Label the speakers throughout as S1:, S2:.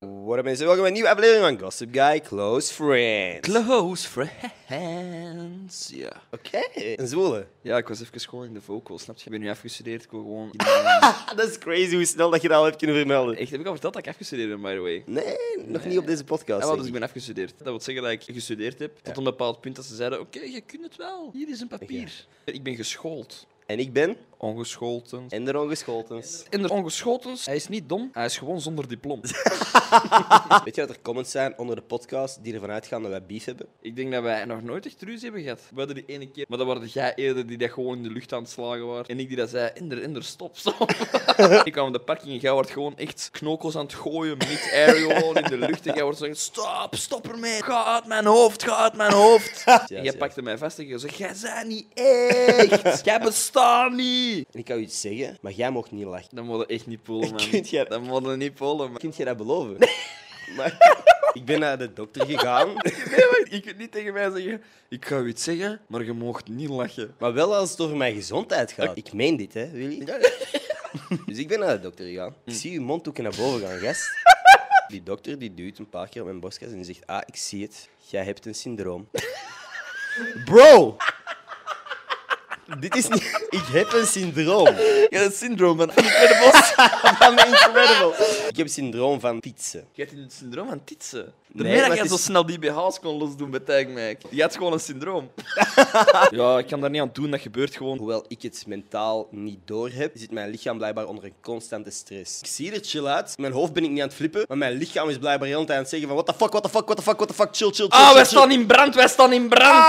S1: What up mensen, welkom bij een nieuwe aflevering van Gossip Guy Close Friends.
S2: Close friends. Ja.
S1: Oké. Een zwoele.
S2: ja, ik was even gewoon in de vocal, snap je? Ik ben nu afgestudeerd. Ik wil gewoon.
S1: Ah, dat is crazy hoe snel dat je dat al hebt kunnen vermelden.
S2: Echt, heb ik al verteld dat ik afgestudeerd ben, by the way?
S1: Nee, nog niet op deze podcast.
S2: Ja, wel, dus
S1: zeg
S2: ik ben afgestudeerd. Dat wil zeggen dat ik gestudeerd heb tot een bepaald punt dat ze zeiden: Oké, je kunt het wel. Hier is een papier. Ik ben Ah. geschoold.
S1: ik. En ik ben
S2: Ongeschoten.
S1: en Dus de ongescholtens.
S2: En de ongeschotens, hij is niet dom, hij is gewoon zonder diploma.
S1: Weet je dat er comments zijn onder de podcast die ervan uitgaan dat wij beef hebben?
S2: ik denk dat wij nog nooit echt ruzie hebben gehad. We hadden die ene keer, maar dat waren jij eerder die dat gewoon in de lucht aan het slagen was. En ik die dat zei, inder, inder, stop, stop. ik kwam op de parking en jij wordt gewoon echt knokels aan het gooien, mid-air gewoon in de lucht. En jij wordt zo stop, stop ermee, ga uit mijn hoofd, ga uit mijn hoofd.
S1: Ja,
S2: en jij
S1: ja.
S2: pakte mij vast en je zei, jij bent niet echt, jij bestaat niet.
S1: En ik kan u iets zeggen, maar jij mocht niet lachen.
S2: Dat moet je echt niet pullen, man.
S1: Kunt jij-
S2: Dat moet je niet pullen, man.
S1: Kunt jij dat beloven? Maar ik ben naar de dokter gegaan,
S2: Nee, maar je kunt niet tegen mij zeggen, ik ga u iets zeggen, maar je moogt niet lachen.
S1: maar wel als het over mijn gezondheid gaat. Ik meen dit, hè, Willy? Dus ik ben naar de dokter gegaan. Ik zie uw monddoeken naar boven gaan, gast. Die dokter die duwt een paar keer op mijn borstkas en die zegt: Ah, ik zie het. Jij hebt een syndroom. Bro! Dit is niet... Ik heb een syndroom.
S2: Ja, het syndroom van Incredibles.
S1: Van de Incredible. Ik heb een syndroom van fietsen.
S2: Je hebt het syndroom van titsen. De
S1: Nee,
S2: nee, dat
S1: maar
S2: jij
S1: het
S2: zo
S1: is-
S2: snel die BH's kon losdoen bij Tijgmijk. Je had gewoon een syndroom. ja, ik kan daar niet aan doen, dat gebeurt gewoon.
S1: Hoewel ik het mentaal niet door heb, zit mijn lichaam blijkbaar onder een constante stress. Ik zie er chill uit, mijn hoofd ben ik niet aan het flippen, maar mijn lichaam is blijkbaar heel de tijd aan het zeggen van what the fuck, what the fuck, what the fuck, what the fuck, chill, chill, chill,
S2: Ah,
S1: chill,
S2: wij
S1: chill.
S2: staan in brand, wij staan in brand!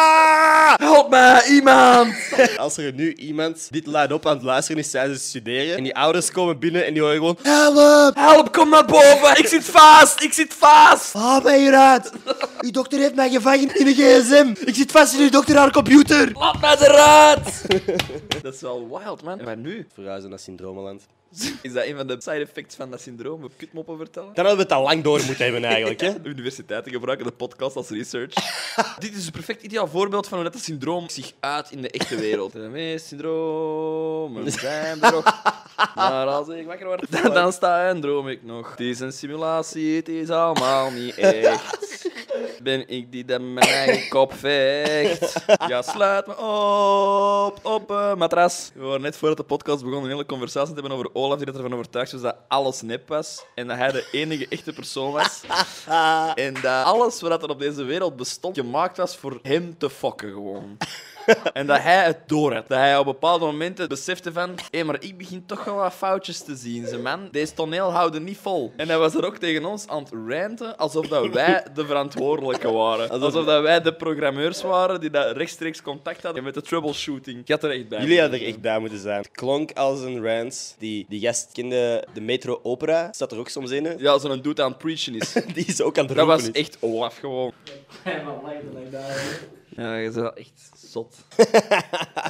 S2: Help me, iemand!
S1: Als er nu iemand dit luidop aan het luisteren is tijdens het studeren en die ouders komen binnen en die horen gewoon Help!
S2: Help, kom naar boven, ik zit vast, ik zit vast!
S1: Haal mij hieruit! Uw dokter heeft mij gevangen in de gsm! Ik zit vast in uw dokter haar computer!
S2: Laat mij eruit! dat is wel wild, man. Maar nu?
S1: Verhuizen naar Syndromeland.
S2: Is dat een van de side effects van dat syndroom? Of kutmoppen vertellen?
S1: Dan hadden we het al lang door moeten hebben eigenlijk, hè?
S2: Ja, Universiteiten gebruiken de podcast als research. Dit is een perfect ideaal voorbeeld van hoe dat het syndroom zich uit in de echte wereld. De meeste syndromen zijn er nog. Maar als ik wakker word, dan, dan sta en droom ik nog. Het is een simulatie, het is allemaal niet echt. Ben ik die dat mijn eigen kop vecht? Ja, sluit me op, op een matras. We waren net voordat de podcast begon een hele conversatie te hebben over Olaf, die dat ervan overtuigd was dat alles nep was. En dat hij de enige echte persoon was.
S1: Ah.
S2: En dat alles wat er op deze wereld bestond, gemaakt was voor hem te fokken gewoon. En dat hij het door had. Dat hij op bepaalde momenten besefte van... Hé, maar ik begin toch wel wat foutjes te zien, ze man. Deze toneel houden niet vol. En hij was er ook tegen ons aan het ranten, alsof dat wij de verantwoordelijken waren. Alsof dat wij de programmeurs waren die dat rechtstreeks contact hadden met de troubleshooting. Ik had er echt bij.
S1: Jullie hadden er echt bij moeten zijn. Het klonk als een rant. Die, die gast kende de Metro Opera, staat er ook soms in. hè?
S2: Ja, zo'n dude aan het preachen is.
S1: Die is ook aan het
S2: Dat
S1: roepen.
S2: was
S1: is.
S2: echt Olaf gewoon. Ja, je bent wel echt zot.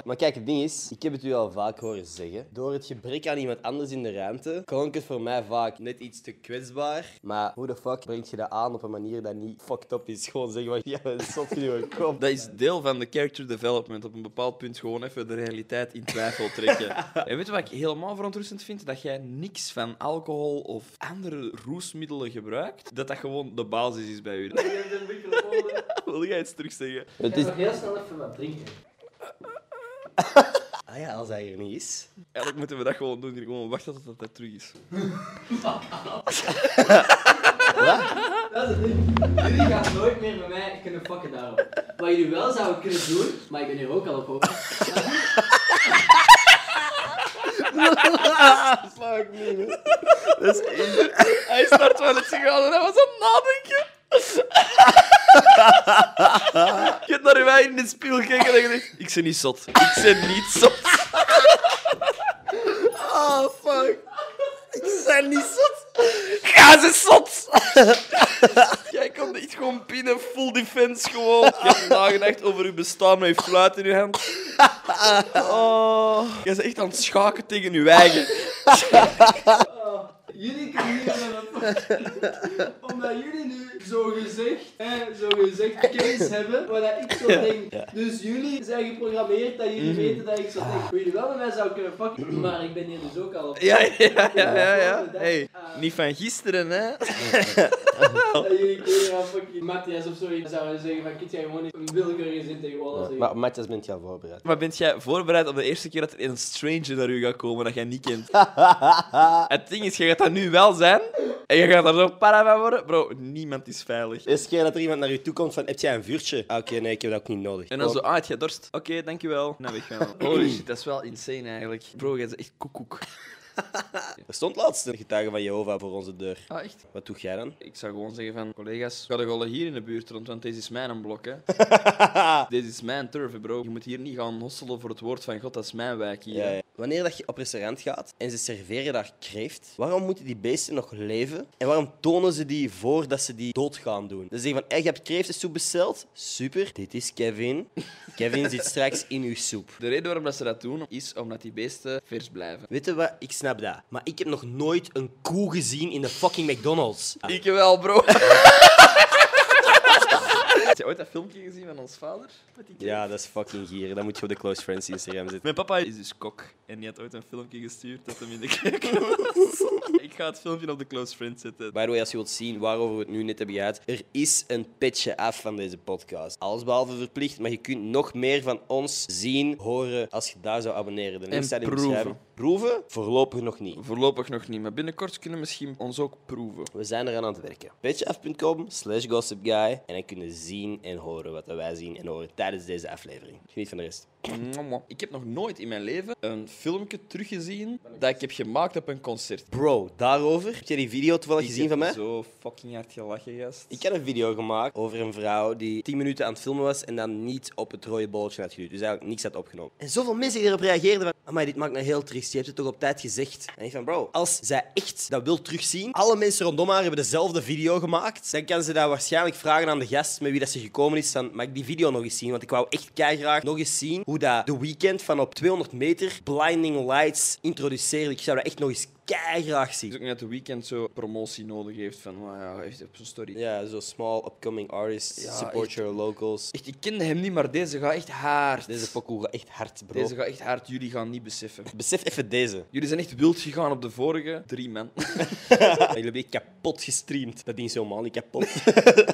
S1: Maar kijk, het ding is, ik heb het u al vaak horen zeggen. Door het gebrek aan iemand anders in de ruimte, klonk het voor mij vaak net iets te kwetsbaar. Maar hoe de fuck brengt je dat aan op een manier dat niet fucked up is? Gewoon zeggen van, ja, dat is zot in je kop.
S2: Dat is deel van de character development. Op een bepaald punt gewoon even de realiteit in twijfel trekken. en weet je wat ik helemaal verontrustend vind? Dat jij niks van alcohol of andere roesmiddelen gebruikt. Dat dat gewoon de basis is bij u. Wil jij iets terugzeggen?
S1: Het is...
S3: Heel snel even wat drinken.
S1: Ah ja, als hij er niet is.
S2: Eigenlijk moeten we dat gewoon doen. hier. Gewoon wachten tot dat, dat terug is.
S3: Dat is het ding. Jullie gaan nooit meer met mij kunnen fucken daarop. Wat jullie wel zouden kunnen doen, maar ik ben hier ook al op open.
S2: Hij is naar het toilet gegaan en hij was aan het nadenken. je hebt naar mij in de spiegel gekeken en je dacht... Ik ben niet zot. Ik ben niet zot.
S1: Ah, fuck. Ik ben niet zot.
S2: Ga ze zot! Jij komt echt gewoon binnen, full defense gewoon. Je hebt nagedacht over uw bestaan met je fluit in je hand. Oh. Jij bent echt aan het schaken tegen je eigen.
S3: Oh, Jullie kunnen niet meer wat Omdat jullie nu zo gezegd, hè, zo gezegd case hebben waar dat ik zo denk. Dus jullie zijn geprogrammeerd dat jullie
S1: Mhm.
S3: weten dat ik zo denk. Wat jullie wel met mij zouden kunnen fucken, maar ik ben hier dus ook al op.
S2: Ja, ja, ja, ja. ja. Hey, niet van gisteren, hè?
S3: Dat jullie tegen een fucking Matthias of zo zouden zeggen van kid jij gewoon eens een willekeurige zin tegen Walla zeggen.
S1: Maar Matthias bent jou voorbereid.
S2: Maar bent jij voorbereid op de eerste keer dat er een stranger naar u gaat komen dat jij niet kent? het ding is, je gaat dat nu wel zijn en je gaat daar zo para van worden. Bro, niemand is veilig.
S1: Eerste keer dat er iemand naar je toe komt van, heb jij een vuurtje? Ah, Oké, nee, ik heb dat ook niet nodig.
S2: En dan zo, ah, het gaat dorst. Oké, dankjewel. Nou, weg gaan. we. Holy shit, dat is wel insane eigenlijk. Bro, jij is echt koekoek.
S1: Er stond laatst een getuige van Jehovah voor onze deur.
S2: Ah, echt?
S1: Wat doe jij dan?
S2: Ik zou gewoon zeggen van, collega's, ga de gollen hier in de buurt rond, want deze is mijn blok, hè. deze is mijn turf, hè, bro. Je moet hier niet gaan hosselen voor het woord van God, dat is mijn wijk hier.
S1: Ja, ja. Wanneer dat je op restaurant gaat en ze serveren daar kreeft, waarom moeten die beesten nog leven? En waarom tonen ze die voordat ze die dood gaan doen? Ze zeggen van, hey, je hebt kreeftensoep besteld? Super, dit is Kevin. Kevin zit straks in uw soep.
S2: De reden waarom dat ze dat doen, is omdat die beesten vers blijven.
S1: Weet je wat? Ik snap dat. Maar ik heb nog nooit een koe gezien in de fucking McDonald's. Ah,
S2: Ik wel, bro. Heb je ooit dat filmpje gezien van ons vader? Met die
S1: Ja, dat is fucking gier. Dan moet je op de Close Friends Instagram zitten.
S2: Mijn papa is dus kok en die had ooit een filmpje gestuurd dat hem in de keuken was. Ik ga het filmpje op de close friend zetten.
S1: By the way, als je wilt zien waarover we het nu net hebben gehad, er is een pitje af van deze podcast. Alles behalve verplicht, maar je kunt nog meer van ons zien, horen, als je daar zou abonneren. De link
S2: En
S1: staat in de
S2: proeven.
S1: beschrijving. Proeven? Voorlopig nog niet.
S2: Voorlopig nog niet, maar binnenkort kunnen we misschien ons ook proeven.
S1: We zijn eraan aan het werken. Pitjeaf.com slash gossipguy en dan kun je zien en horen wat wij zien en horen tijdens deze aflevering. Geniet van de rest.
S2: Mwah. Ik heb nog nooit in mijn leven een filmpje teruggezien dat ik heb gemaakt op een concert.
S1: Bro, daarover. Heb jij die video toevallig
S2: Ik
S1: gezien
S2: heb
S1: van mij?
S2: Zo fucking hard gelachen, gast.
S1: Ik had een video gemaakt over een vrouw die 10 minuten aan het filmen was en dan niet op het rode bolletje had geduwd. Dus eigenlijk niks had opgenomen. En zoveel mensen die erop reageerden van, amai, dit maakt me heel triest. Je hebt het toch op tijd gezegd? En ik van, bro, als zij echt dat wil terugzien, alle mensen rondom haar hebben dezelfde video gemaakt, dan kan ze daar waarschijnlijk vragen aan de gast met wie dat ze gekomen is van, mag ik die video nog eens zien? Want ik wou echt graag nog eens zien hoe dat The Weeknd van op 200 meter Blinding Lights introduceerde. Ik zou dat echt nog eens graag zien.
S2: Het is ook net de weekend zo promotie nodig heeft van, nou ja, heeft op zijn story.
S1: Ja, zo small upcoming artists,
S2: Ja,
S1: support
S2: echt.
S1: your locals.
S2: Echt, ik kende hem niet, maar deze gaat echt hard.
S1: Deze pokoe gaat echt hard, bro.
S2: Deze gaat echt hard, jullie gaan niet beseffen.
S1: Besef even deze.
S2: Jullie zijn echt wild gegaan op de vorige. Drie man.
S1: Jullie hebben echt kapot gestreamd. Dat ding is helemaal niet kapot.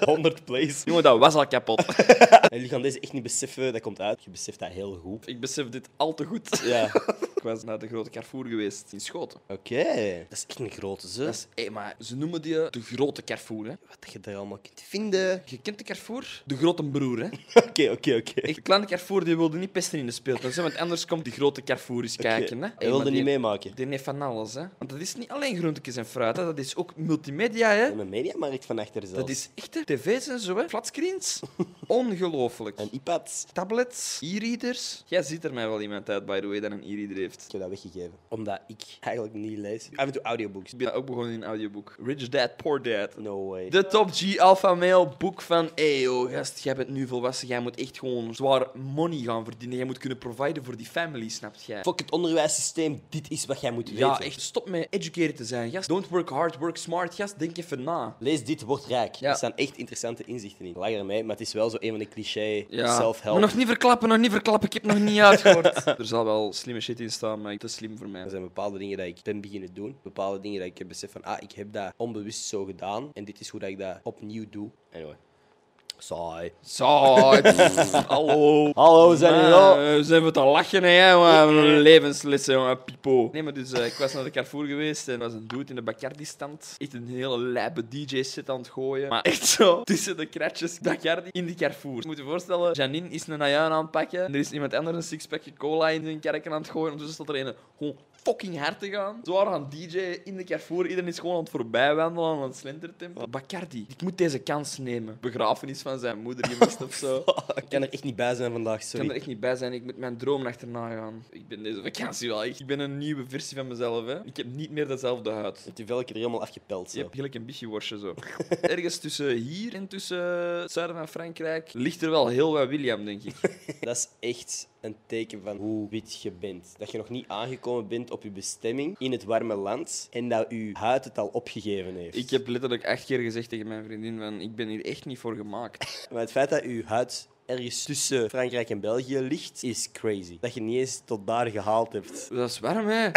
S1: 100 plays.
S2: Jongen, dat was al kapot.
S1: En jullie gaan deze echt niet beseffen. Dat komt uit. Je beseft dat heel goed.
S2: Ik besef dit al te goed.
S1: Ja.
S2: Ik was naar de grote Carrefour geweest in Schoten.
S1: Oké. Dat is echt een grote, zo.
S2: Dat is, hé, maar ze noemen die eh, de grote Carrefour. Hè.
S1: Wat je daar allemaal kunt vinden.
S2: Je kent de Carrefour? De grote broer, hè?
S1: Oké, oké, oké.
S2: Echt, de kleine Carrefour die wilde niet pesten in de speeltuin, hè, want anders komt die grote Carrefour eens kijken. Hè.
S1: Hij
S2: Hé, maar
S1: wilde
S2: die-
S1: niet meemaken.
S2: Die heeft van alles, hè? Want dat is niet alleen groentekes en fruit, hè. dat is ook multimedia, hè?
S1: En een mediamarkt van achter zelfs.
S2: Dat is echte tv's en zo, hè? Flatscreens. Ongelooflijk.
S1: Een iPad.
S2: Tablets, e-readers. Jij ziet er mij wel iemand uit, by the way, dat een e-reader heeft.
S1: Ik heb dat weggegeven. Omdat ik eigenlijk niet lees. Af en toe audiobooks.
S2: Ik ben ook begonnen in een audioboek. Rich Dad, Poor Dad.
S1: No way.
S2: De Top G Alpha Male boek van... Hey, yo, gast, jij bent nu volwassen. Jij moet echt gewoon zwaar money gaan verdienen. Jij moet kunnen providen voor die family, snapt jij?
S1: Fuck het onderwijssysteem. Dit is wat jij moet weten.
S2: Ja, echt. Stop met educated te zijn, gast. Don't work hard, work smart, gast. Denk even na.
S1: Lees dit, word rijk.
S2: Ja.
S1: Er staan echt interessante inzichten in. Lach ermee, maar het is wel zo een van de cliché
S2: Maar
S1: self-help.
S2: nog niet verklappen, nog niet verklappen. Ik heb het nog niet uitgehoord. er zal wel slimme shit in staan, maar te slim voor
S1: Er
S2: mij.
S1: zijn bepaalde dingen dat ik ben beginnen doen. Bepaalde dingen dat ik heb beseft van, ah, ik heb dat onbewust zo gedaan. En dit is hoe dat ik dat opnieuw doe. Anyway. Saai.
S2: Saai. pff, Hallo.
S1: Hallo, we zijn hier al.
S2: Eh, zijn we te lachen, hè? Maar levenslessen, jongen, pipo. Nee, maar dus, eh, ik was naar de Carrefour geweest en er was een dude in de Bacardi-stand. Echt een hele lijpe DJ-set aan het gooien. Maar echt zo, tussen de kratjes Bacardi in die Carrefour. Je moet je voorstellen, Janine is een najaar aan het pakken. Er is iemand anders een sixpackje cola in zijn kerken aan het gooien. Ondertussen staat er een gewoon fucking hard te gaan. Zwaar aan DJ in de Carrefour. Iedereen is gewoon aan het voorbij wandelen aan het slentertempo. Bacardi, ik moet deze kans nemen. Begrafenis van zijn moeder gemist of zo.
S1: Ik kan er echt niet bij zijn vandaag,
S2: Ik kan er
S1: sorry.
S2: echt niet bij zijn, ik moet mijn droom achterna gaan. Ik ben deze vakantie wel echt. Ik ben een nieuwe versie van mezelf, hè. Ik heb niet meer dezelfde huid.
S1: Het velken er helemaal afgepeld,
S2: Je
S1: zo.
S2: hebt gelijk een beetje worstje zo. Ergens tussen hier en tussen het zuiden van Frankrijk ligt er wel heel wat William, denk ik.
S1: Dat is echt een teken van hoe wit je bent. Dat je nog niet aangekomen bent op je bestemming in het warme land. En dat je huid het al opgegeven heeft.
S2: Ik heb letterlijk acht keer gezegd tegen mijn vriendin: van, Ik ben hier echt niet voor gemaakt.
S1: Maar het feit dat je huid ergens tussen Frankrijk en België ligt, is crazy. Dat je niet eens tot daar gehaald hebt.
S2: Dat is warm, hè?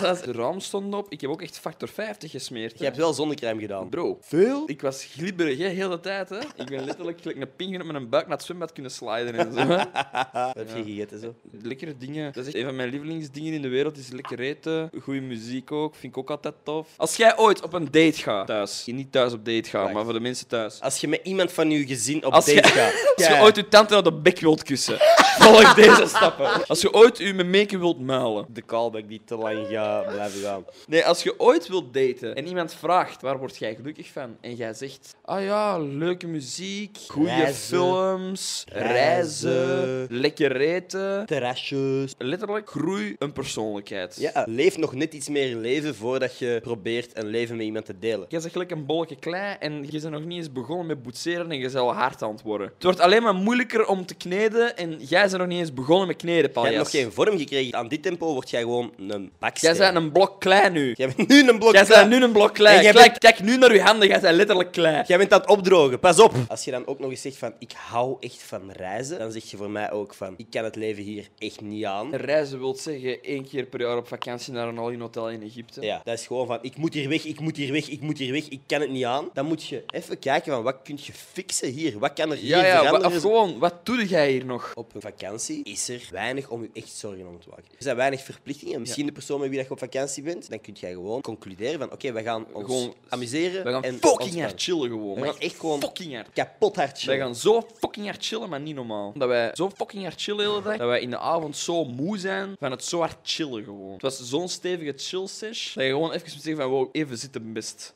S2: Dat is- de raam stond op. Ik heb ook echt factor 50 gesmeerd.
S1: Je hebt wel zonnecrème gedaan.
S2: Bro,
S1: Veel?
S2: ik was glibberig, hè, heel de tijd. Hè. Ik ben letterlijk gelijk een pinguïn op mijn buik naar het zwembad kunnen sliden en zo. hè.
S1: Wat heb je gegeten zo?
S2: Lekkere dingen. Dat is echt een van mijn lievelingsdingen in de wereld. Is lekker eten. Goede muziek ook. Vind ik ook altijd tof. Als jij ooit op een date gaat thuis. Niet thuis op date gaan, maar voor de mensen thuis.
S1: Als je met iemand van je gezin op
S2: Als
S1: date
S2: je-
S1: gaat.
S2: Als je
S1: Ja.
S2: ooit je tante op de bek wilt kussen, volg deze stappen. Als je ooit je meke wilt muilen.
S1: De callback die te lang gaat blijven gaan.
S2: Nee, als je ooit wilt daten en iemand vraagt waar word jij gelukkig van en jij zegt, ah ja, leuke muziek, goede
S1: Reizen.
S2: films, reizen,
S1: Reizen.
S2: lekker eten.
S1: Terrasjes.
S2: Letterlijk, groei een persoonlijkheid.
S1: Ja, leef nog net iets meer leven voordat je probeert een leven met iemand te delen.
S2: Jij zegt gelijk een bolletje klei en je bent nog niet eens begonnen met boetseren en je zal hard aan het worden. Het wordt alleen maar moeilijker om te kneden en jij bent nog niet eens begonnen met kneden,
S1: Je
S2: paljas.
S1: hebt nog geen vorm gekregen. Aan dit tempo word jij gewoon een
S2: Jij
S1: baksteen.
S2: bent een blok klei nu.
S1: Jij bent nu een blok.
S2: Jij
S1: klaar.
S2: bent nu een blok
S1: En
S2: klei.
S1: jij
S2: Kijk,
S1: bent-
S2: kijk nu naar je handen, jij bent letterlijk klei.
S1: Jij bent aan het opdrogen, pas op. Als je dan ook nog eens zegt van ik hou echt van reizen, dan zeg je voor mij ook van ik kan het leven hier echt niet aan.
S2: Reizen wil zeggen één keer per jaar op vakantie naar een all-in hotel in Egypte.
S1: Ja, dat is gewoon van ik moet hier weg, ik moet hier weg, ik moet hier weg, ik kan het niet aan. Dan moet je even kijken van wat kun je fixen hier, wat kan er hier
S2: ja, ja wa-
S1: veranderen.
S2: of gewoon, wat doe jij hier nog?
S1: Op een vakantie is er weinig om je echt zorgen om te maken. Er zijn weinig verplichtingen. Misschien de persoon met wie dat je op vakantie bent, dan kun jij gewoon concluderen van oké, we gaan ons
S2: Gewoon-
S1: amuseren
S2: We gaan
S1: en
S2: fucking
S1: ontspannen.
S2: hard chillen gewoon.
S1: We gaan echt gewoon
S2: fucking hard.
S1: kapot hard
S2: Wij
S1: chillen.
S2: gaan zo fucking hard chillen, maar niet normaal. Dat wij zo fucking hard chillen de hele dag, dat wij in de avond zo moe zijn van het zo hard chillen gewoon. Het was zo'n stevige chill sesh, dat je gewoon even moet zeggen van wow, even zitten best.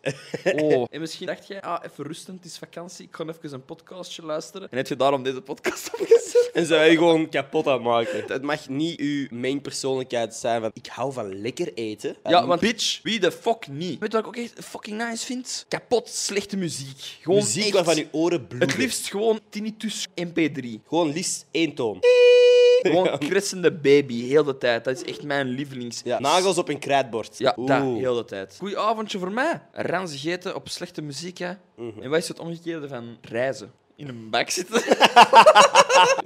S2: Oh. En misschien dacht jij, ah, even rusten, het is vakantie, ik ga even een podcastje luisteren. En heb je daarom deze podcast opgezet.
S1: En zou je gewoon kapot aan maken. Het mag niet uw main persoonlijkheid zijn van ik hou van lekker eten.
S2: Ja,
S1: Um,
S2: want bitch, wie de fuck niet? Ah, Weet je wat ik ook echt fucking nice vind? Kapot slechte muziek. Gewoon
S1: muziek
S2: echt-
S1: waarvan je oren bloeden.
S2: Het liefst gewoon tinnitus mp3.
S1: Gewoon liefst één toon.
S2: Gewoon kretsende baby, heel de tijd. Dat is echt mijn lievelings.
S1: Ja. Nagels op een krijtbord.
S2: Ja,
S1: Oeh.
S2: dat, heel de tijd. Goeie avondje voor mij. Ranzig eten op slechte muziek, hè.
S1: Mhm.
S2: En wat is het omgekeerde van reizen? In een bak zitten.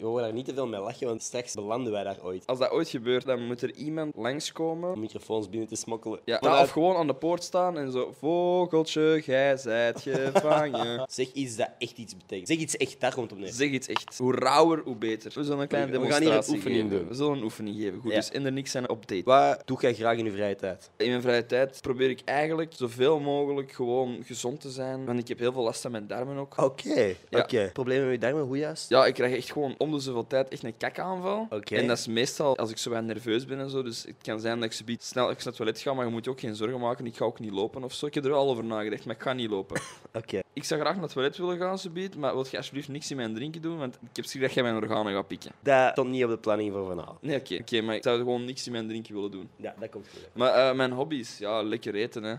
S1: We horen daar niet te veel mee lachen, want straks belanden wij daar ooit.
S2: Als dat ooit gebeurt, dan moet er iemand langskomen.
S1: Om microfoons binnen te smokkelen.
S2: Ja,
S1: Vanuit-
S2: of gewoon aan de poort staan en zo... Vogeltje, gij zijt gevangen.
S1: Zeg iets dat echt iets betekent. Zeg iets echt, daar komt het op neer.
S2: Zeg iets echt. Hoe rauwer, hoe beter. We zullen een
S1: We
S2: kleine
S1: gaan hier een
S2: demonstratie
S1: oefening
S2: geven.
S1: doen.
S2: We zullen een oefening geven. Goed,
S1: Ja.
S2: dus in de niks zijn op date.
S1: Wat doe jij graag in je vrije tijd?
S2: In mijn vrije tijd probeer ik eigenlijk zoveel mogelijk gewoon gezond te zijn. Want ik heb heel veel last van mijn darmen ook.
S1: Oké,
S2: Ja.
S1: oké. Problemen met je darmen, hoe juist?
S2: Ja, ik krijg echt gewoon om de zoveel tijd echt een kakaanval.
S1: Oké.
S2: En dat is meestal als ik zo wat nerveus ben en zo. Dus het kan zijn dat ik zo snel even naar het toilet ga, maar je moet je ook geen zorgen maken. Ik ga ook niet lopen of zo. Ik heb er wel over nagedacht, maar ik ga niet lopen.
S1: Oké.
S2: ik zou graag naar het toilet willen gaan, zo maar wil je alsjeblieft niks in mijn drinken doen, want ik heb schrik dat jij mijn organen gaat pikken.
S1: Dat stond niet op de planning voor vanavond.
S2: Nee, oké, oké, maar ik zou gewoon niks in mijn drinken willen doen.
S1: Ja, dat komt goed.
S2: Maar eh, mijn hobby's, ja, lekker eten, hè.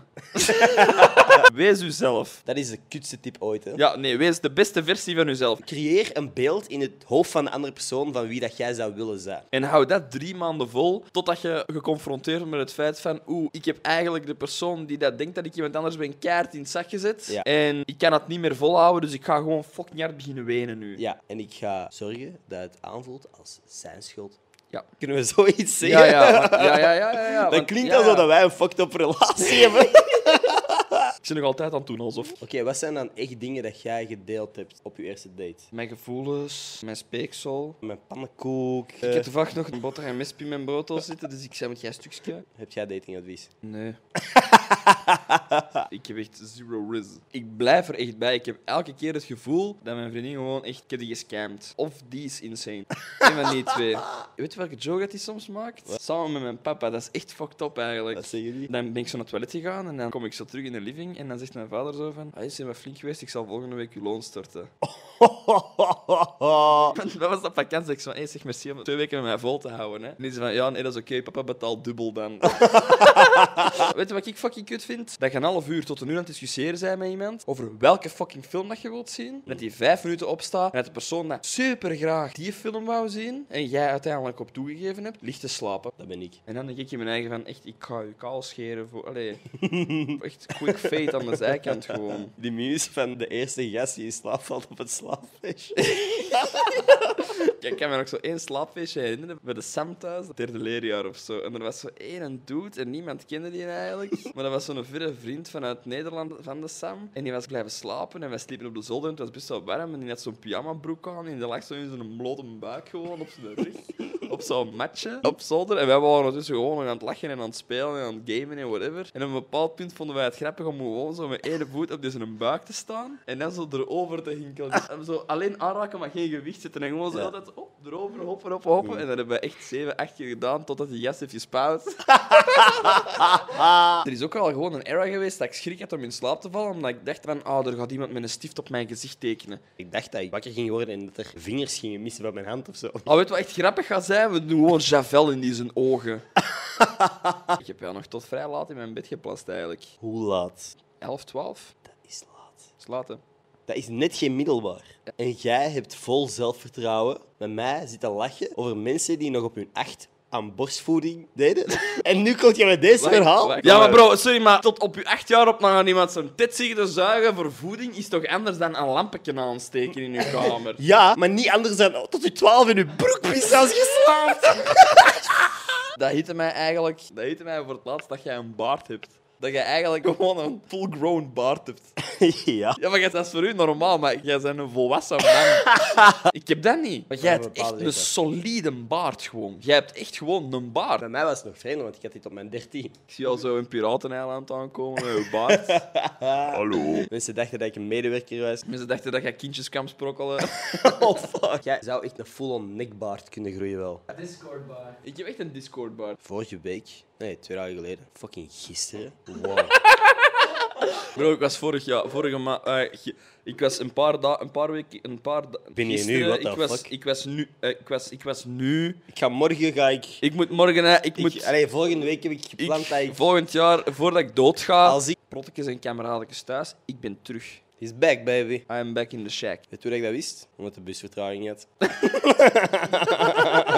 S2: wees uzelf.
S1: Dat is de kutste tip ooit, hè?
S2: Ja, nee, wees de beste versie van uzelf.
S1: Creëer een beeld in het hoofd van de andere persoon van wie dat jij zou willen zijn.
S2: En hou dat drie maanden vol, totdat je geconfronteerd wordt met het feit van oeh, ik heb eigenlijk de persoon die dat denkt dat ik iemand anders ben kaart in het zak gezet.
S1: Ja.
S2: En ik kan dat niet meer volhouden, dus ik ga gewoon fucking hard beginnen wenen nu.
S1: Ja, en ik ga zorgen dat het aanvoelt als zijn schuld.
S2: Ja.
S1: Kunnen we zoiets
S2: Ja,
S1: zeggen?
S2: ja, want- ja, ja, ja, ja, ja,
S1: Dat
S2: want-
S1: klinkt
S2: ja,
S1: alsof
S2: ja.
S1: dat wij een fucked up relatie hebben. Oké,
S2: Ik zit nog altijd aan het doen alsof...
S1: wat zijn dan echt dingen dat jij gedeeld hebt op je eerste date?
S2: Mijn gevoelens, mijn speeksel...
S1: Mijn pannenkoek. eh,
S2: Ik heb toevallig nog een boter en mesp in mijn broodel zitten, dus ik zei, moet jij een stukje?
S1: Heb jij datingadvies?
S2: Nee. ik heb echt zero riz. Ik blijf er echt bij. Ik heb elke keer het gevoel dat mijn vriendin gewoon echt... Ik heb die gescamd. Of die is insane. Een van die twee. Weet je welke joke dat die soms maakt? Samen met mijn papa. Dat is echt fucked up eigenlijk.
S1: Wat zeggen jullie?
S2: Dan ben ik zo naar het toilet gegaan en dan kom ik zo terug in de living en dan zegt mijn vader zo van... "Ah, Hij is wat flink geweest, ik zal volgende week je loon storten. Want dat was dat vakantie. Ik zei, hey, zeg merci om twee weken met mij vol te houden. Hè. En die zei van, ja, nee, dat is oké. papa betaalt dubbel dan. Weet je wat ik fucking kut vind? Dat je een half uur tot een uur aan het discussiëren zijn met iemand over welke fucking film dat je wilt zien. Dat die vijf minuten opstaat en dat de persoon dat super graag die film wou zien en jij uiteindelijk op toegegeven hebt, ligt te slapen.
S1: Dat ben ik.
S2: En dan denk ik in mijn eigen van, echt, ik ga je kaal scheren voor... Allee, echt quick fate aan de zijkant gewoon.
S1: Die muse van de eerste gast die in slaap valt op het slaapfeestje.
S2: Ja, ik kan me nog zo één slaapfeestje herinneren bij de Sam thuis, het derde leerjaar of zo. En er was zo één dude en niemand kende die eigenlijk. Maar dat was zo'n verre vriend vanuit Nederland van de Sam. En die was blijven slapen en wij sliepen op de zolder. en Het was best wel warm en die had zo'n pyjamabroek aan. En die lag zo in zo'n blote buik gewoon op zijn rug. Op zo'n matje op zolder. En wij waren ondertussen gewoon nog aan het lachen en aan het spelen en aan het gamen en whatever. En op een bepaald punt vonden wij het grappig om gewoon zo met één voet op deze buik te staan. En dan zo erover te hinkelen. Dus hem zo alleen aanraken, maar geen gewicht zetten. En gewoon zo
S1: Ja.
S2: altijd op, erover, hoppen, hoppen, hoppen. En dat hebben we echt 7, 8 keer gedaan totdat die jas heeft gespuit. er is ook al gewoon een era geweest dat ik schrik had om in slaap te vallen. Omdat ik dacht van, oh, er gaat iemand met een stift op mijn gezicht tekenen.
S1: Ik dacht dat ik wakker ging worden en dat er vingers gingen missen van mijn hand of zo.
S2: Oh, weet je wat echt grappig gaat zijn? We doen gewoon Javel in die zijn ogen. ik heb ja nog tot vrij laat in mijn bed geplast eigenlijk.
S1: Hoe laat?
S2: 11, 12.
S1: Dat is laat.
S2: Dat is laat, hè?
S1: Dat is net geen middelbaar. En jij hebt vol zelfvertrouwen met mij zitten lachen over mensen die nog op hun acht aan borstvoeding deden. En nu komt je met deze
S2: Wacht,
S1: verhaal.
S2: wacht. Eh, Ja, maar bro, sorry, maar tot op je acht jaar op nog aan iemand zijn tit te zuigen voor voeding is toch anders dan een lampetje aansteken in je kamer?
S1: Ja, maar niet anders dan oh, tot je twaalf in je broek pissen als je slaapt.
S2: Dat hitte mij eigenlijk dat hitte mij voor het laatst dat jij een baard hebt. Dat jij eigenlijk gewoon een full-grown baard hebt.
S1: ja.
S2: Ja, maar jij- dat is voor u normaal, maar jij bent een volwassen man. ik heb dat niet. Maar
S1: Ja,
S2: jij hebt echt
S1: bepaalde
S2: een
S1: dingen.
S2: solide baard gewoon. Jij hebt echt gewoon een baard.
S1: Bij mij was het nog vreemder, want ik had dit op mijn dertien.
S2: Ik zie al zo een pirateneiland aankomen met je baard. Hallo.
S1: Mensen dachten dat ik een medewerker was.
S2: Mensen dachten dat jij kindjes kan sprokkelen.
S1: Oh, fuck. Jij zou echt een full-on nekbaard kunnen groeien wel.
S3: Discord bar.
S2: ik heb echt een Discord baard.
S1: Vorige week, nee, twee dagen geleden, fucking gisteren. Wow.
S2: Bro, ik was vorig jaar, vorige maand, ik was een paar dagen, een paar weken, een paar da-
S1: Ben je nu?
S2: gisteren,
S1: What the
S2: ik was,
S1: fuck?
S2: Ik was nu, eh, ik was, ik was nu.
S1: ik ga morgen, ga ik... ik,
S2: Ik moet morgen, hè, ik, moet,
S1: allee, volgende week heb ik
S2: ik-
S1: gepland dat ik...
S2: volgend jaar, voordat ik doodga,
S1: Als ik-
S2: prottekjes en kameraadjes thuis, ik ben terug.
S1: He's back, baby.
S2: I am back in the shack.
S1: Weet je hoe ik dat wist? Omdat de bus vertraging had.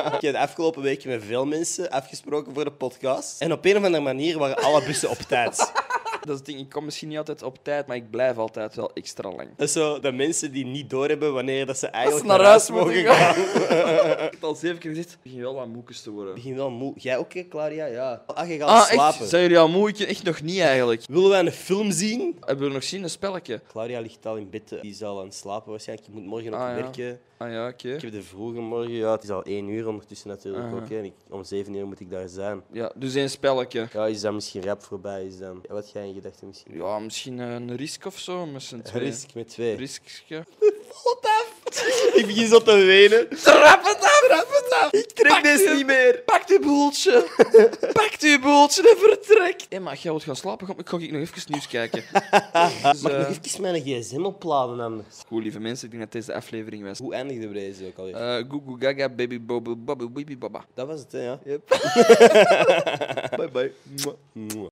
S1: ik heb de afgelopen week met veel mensen afgesproken voor de podcast. En op een of andere manier waren alle bussen op tijd.
S2: Ah, Dat is het ding, ik kom misschien niet altijd op tijd, maar ik blijf altijd wel extra lang.
S1: Dat is zo de mensen die niet doorhebben wanneer dat ze
S2: Als
S1: eigenlijk
S2: ze naar huis
S1: mogen
S2: mogen
S1: gaan.
S2: gaan. Eh, ik heb al zeven keer gezegd, ik begin wel aan moekes te worden.
S1: Ik begin wel moe. Jij ook, hè, Claudia? Ja. Ach, je gaat
S2: Ah,
S1: slapen.
S2: echt? Zijn jullie al moe? Ik echt nog niet eigenlijk.
S1: Willen wij een film zien?
S2: Hebben we nog zin in een spelletje?
S1: Claudia ligt al in bed. eh, Die is al aan het slapen waarschijnlijk. Ik moet morgen nog
S2: Ah, ja.
S1: werken.
S2: Ah ja, oké.
S1: Ik heb de vroege morgen. Ja, het is al één uur ondertussen natuurlijk
S2: Ah, ja.
S1: ook. Hè. En ik- om zeven uur moet ik daar zijn.
S2: Ja, dus een spelletje.
S1: Ja, is dat misschien rap voorbij? Is dan... Wat jij in gedachten misschien?
S2: Ja, misschien eh, een risk of zo, met z'n tweeën.
S1: Risk met twee.
S2: Riskje.
S1: Ik begin zo te wenen.
S2: Trap het af, trap het af. Ik trek
S1: deze niet
S2: meer. Pak uw boeltje. Pak uw boeltje en vertrek. Hé, maar jij wilt gaan slapen? Kom, ik ga ik nog even nieuws kijken. dus,
S1: Mag ik
S2: eh,
S1: nog even mijn gsm opladen anders?
S2: goed, lieve mensen, ik denk dat deze de aflevering was.
S1: Hoe eindigde we deze ook alweer?
S2: Eh Google Gaga, baby, bobo, baby, baby, baba.
S1: dat was het, hè? Ja.
S2: Bye bye.
S1: Mwah.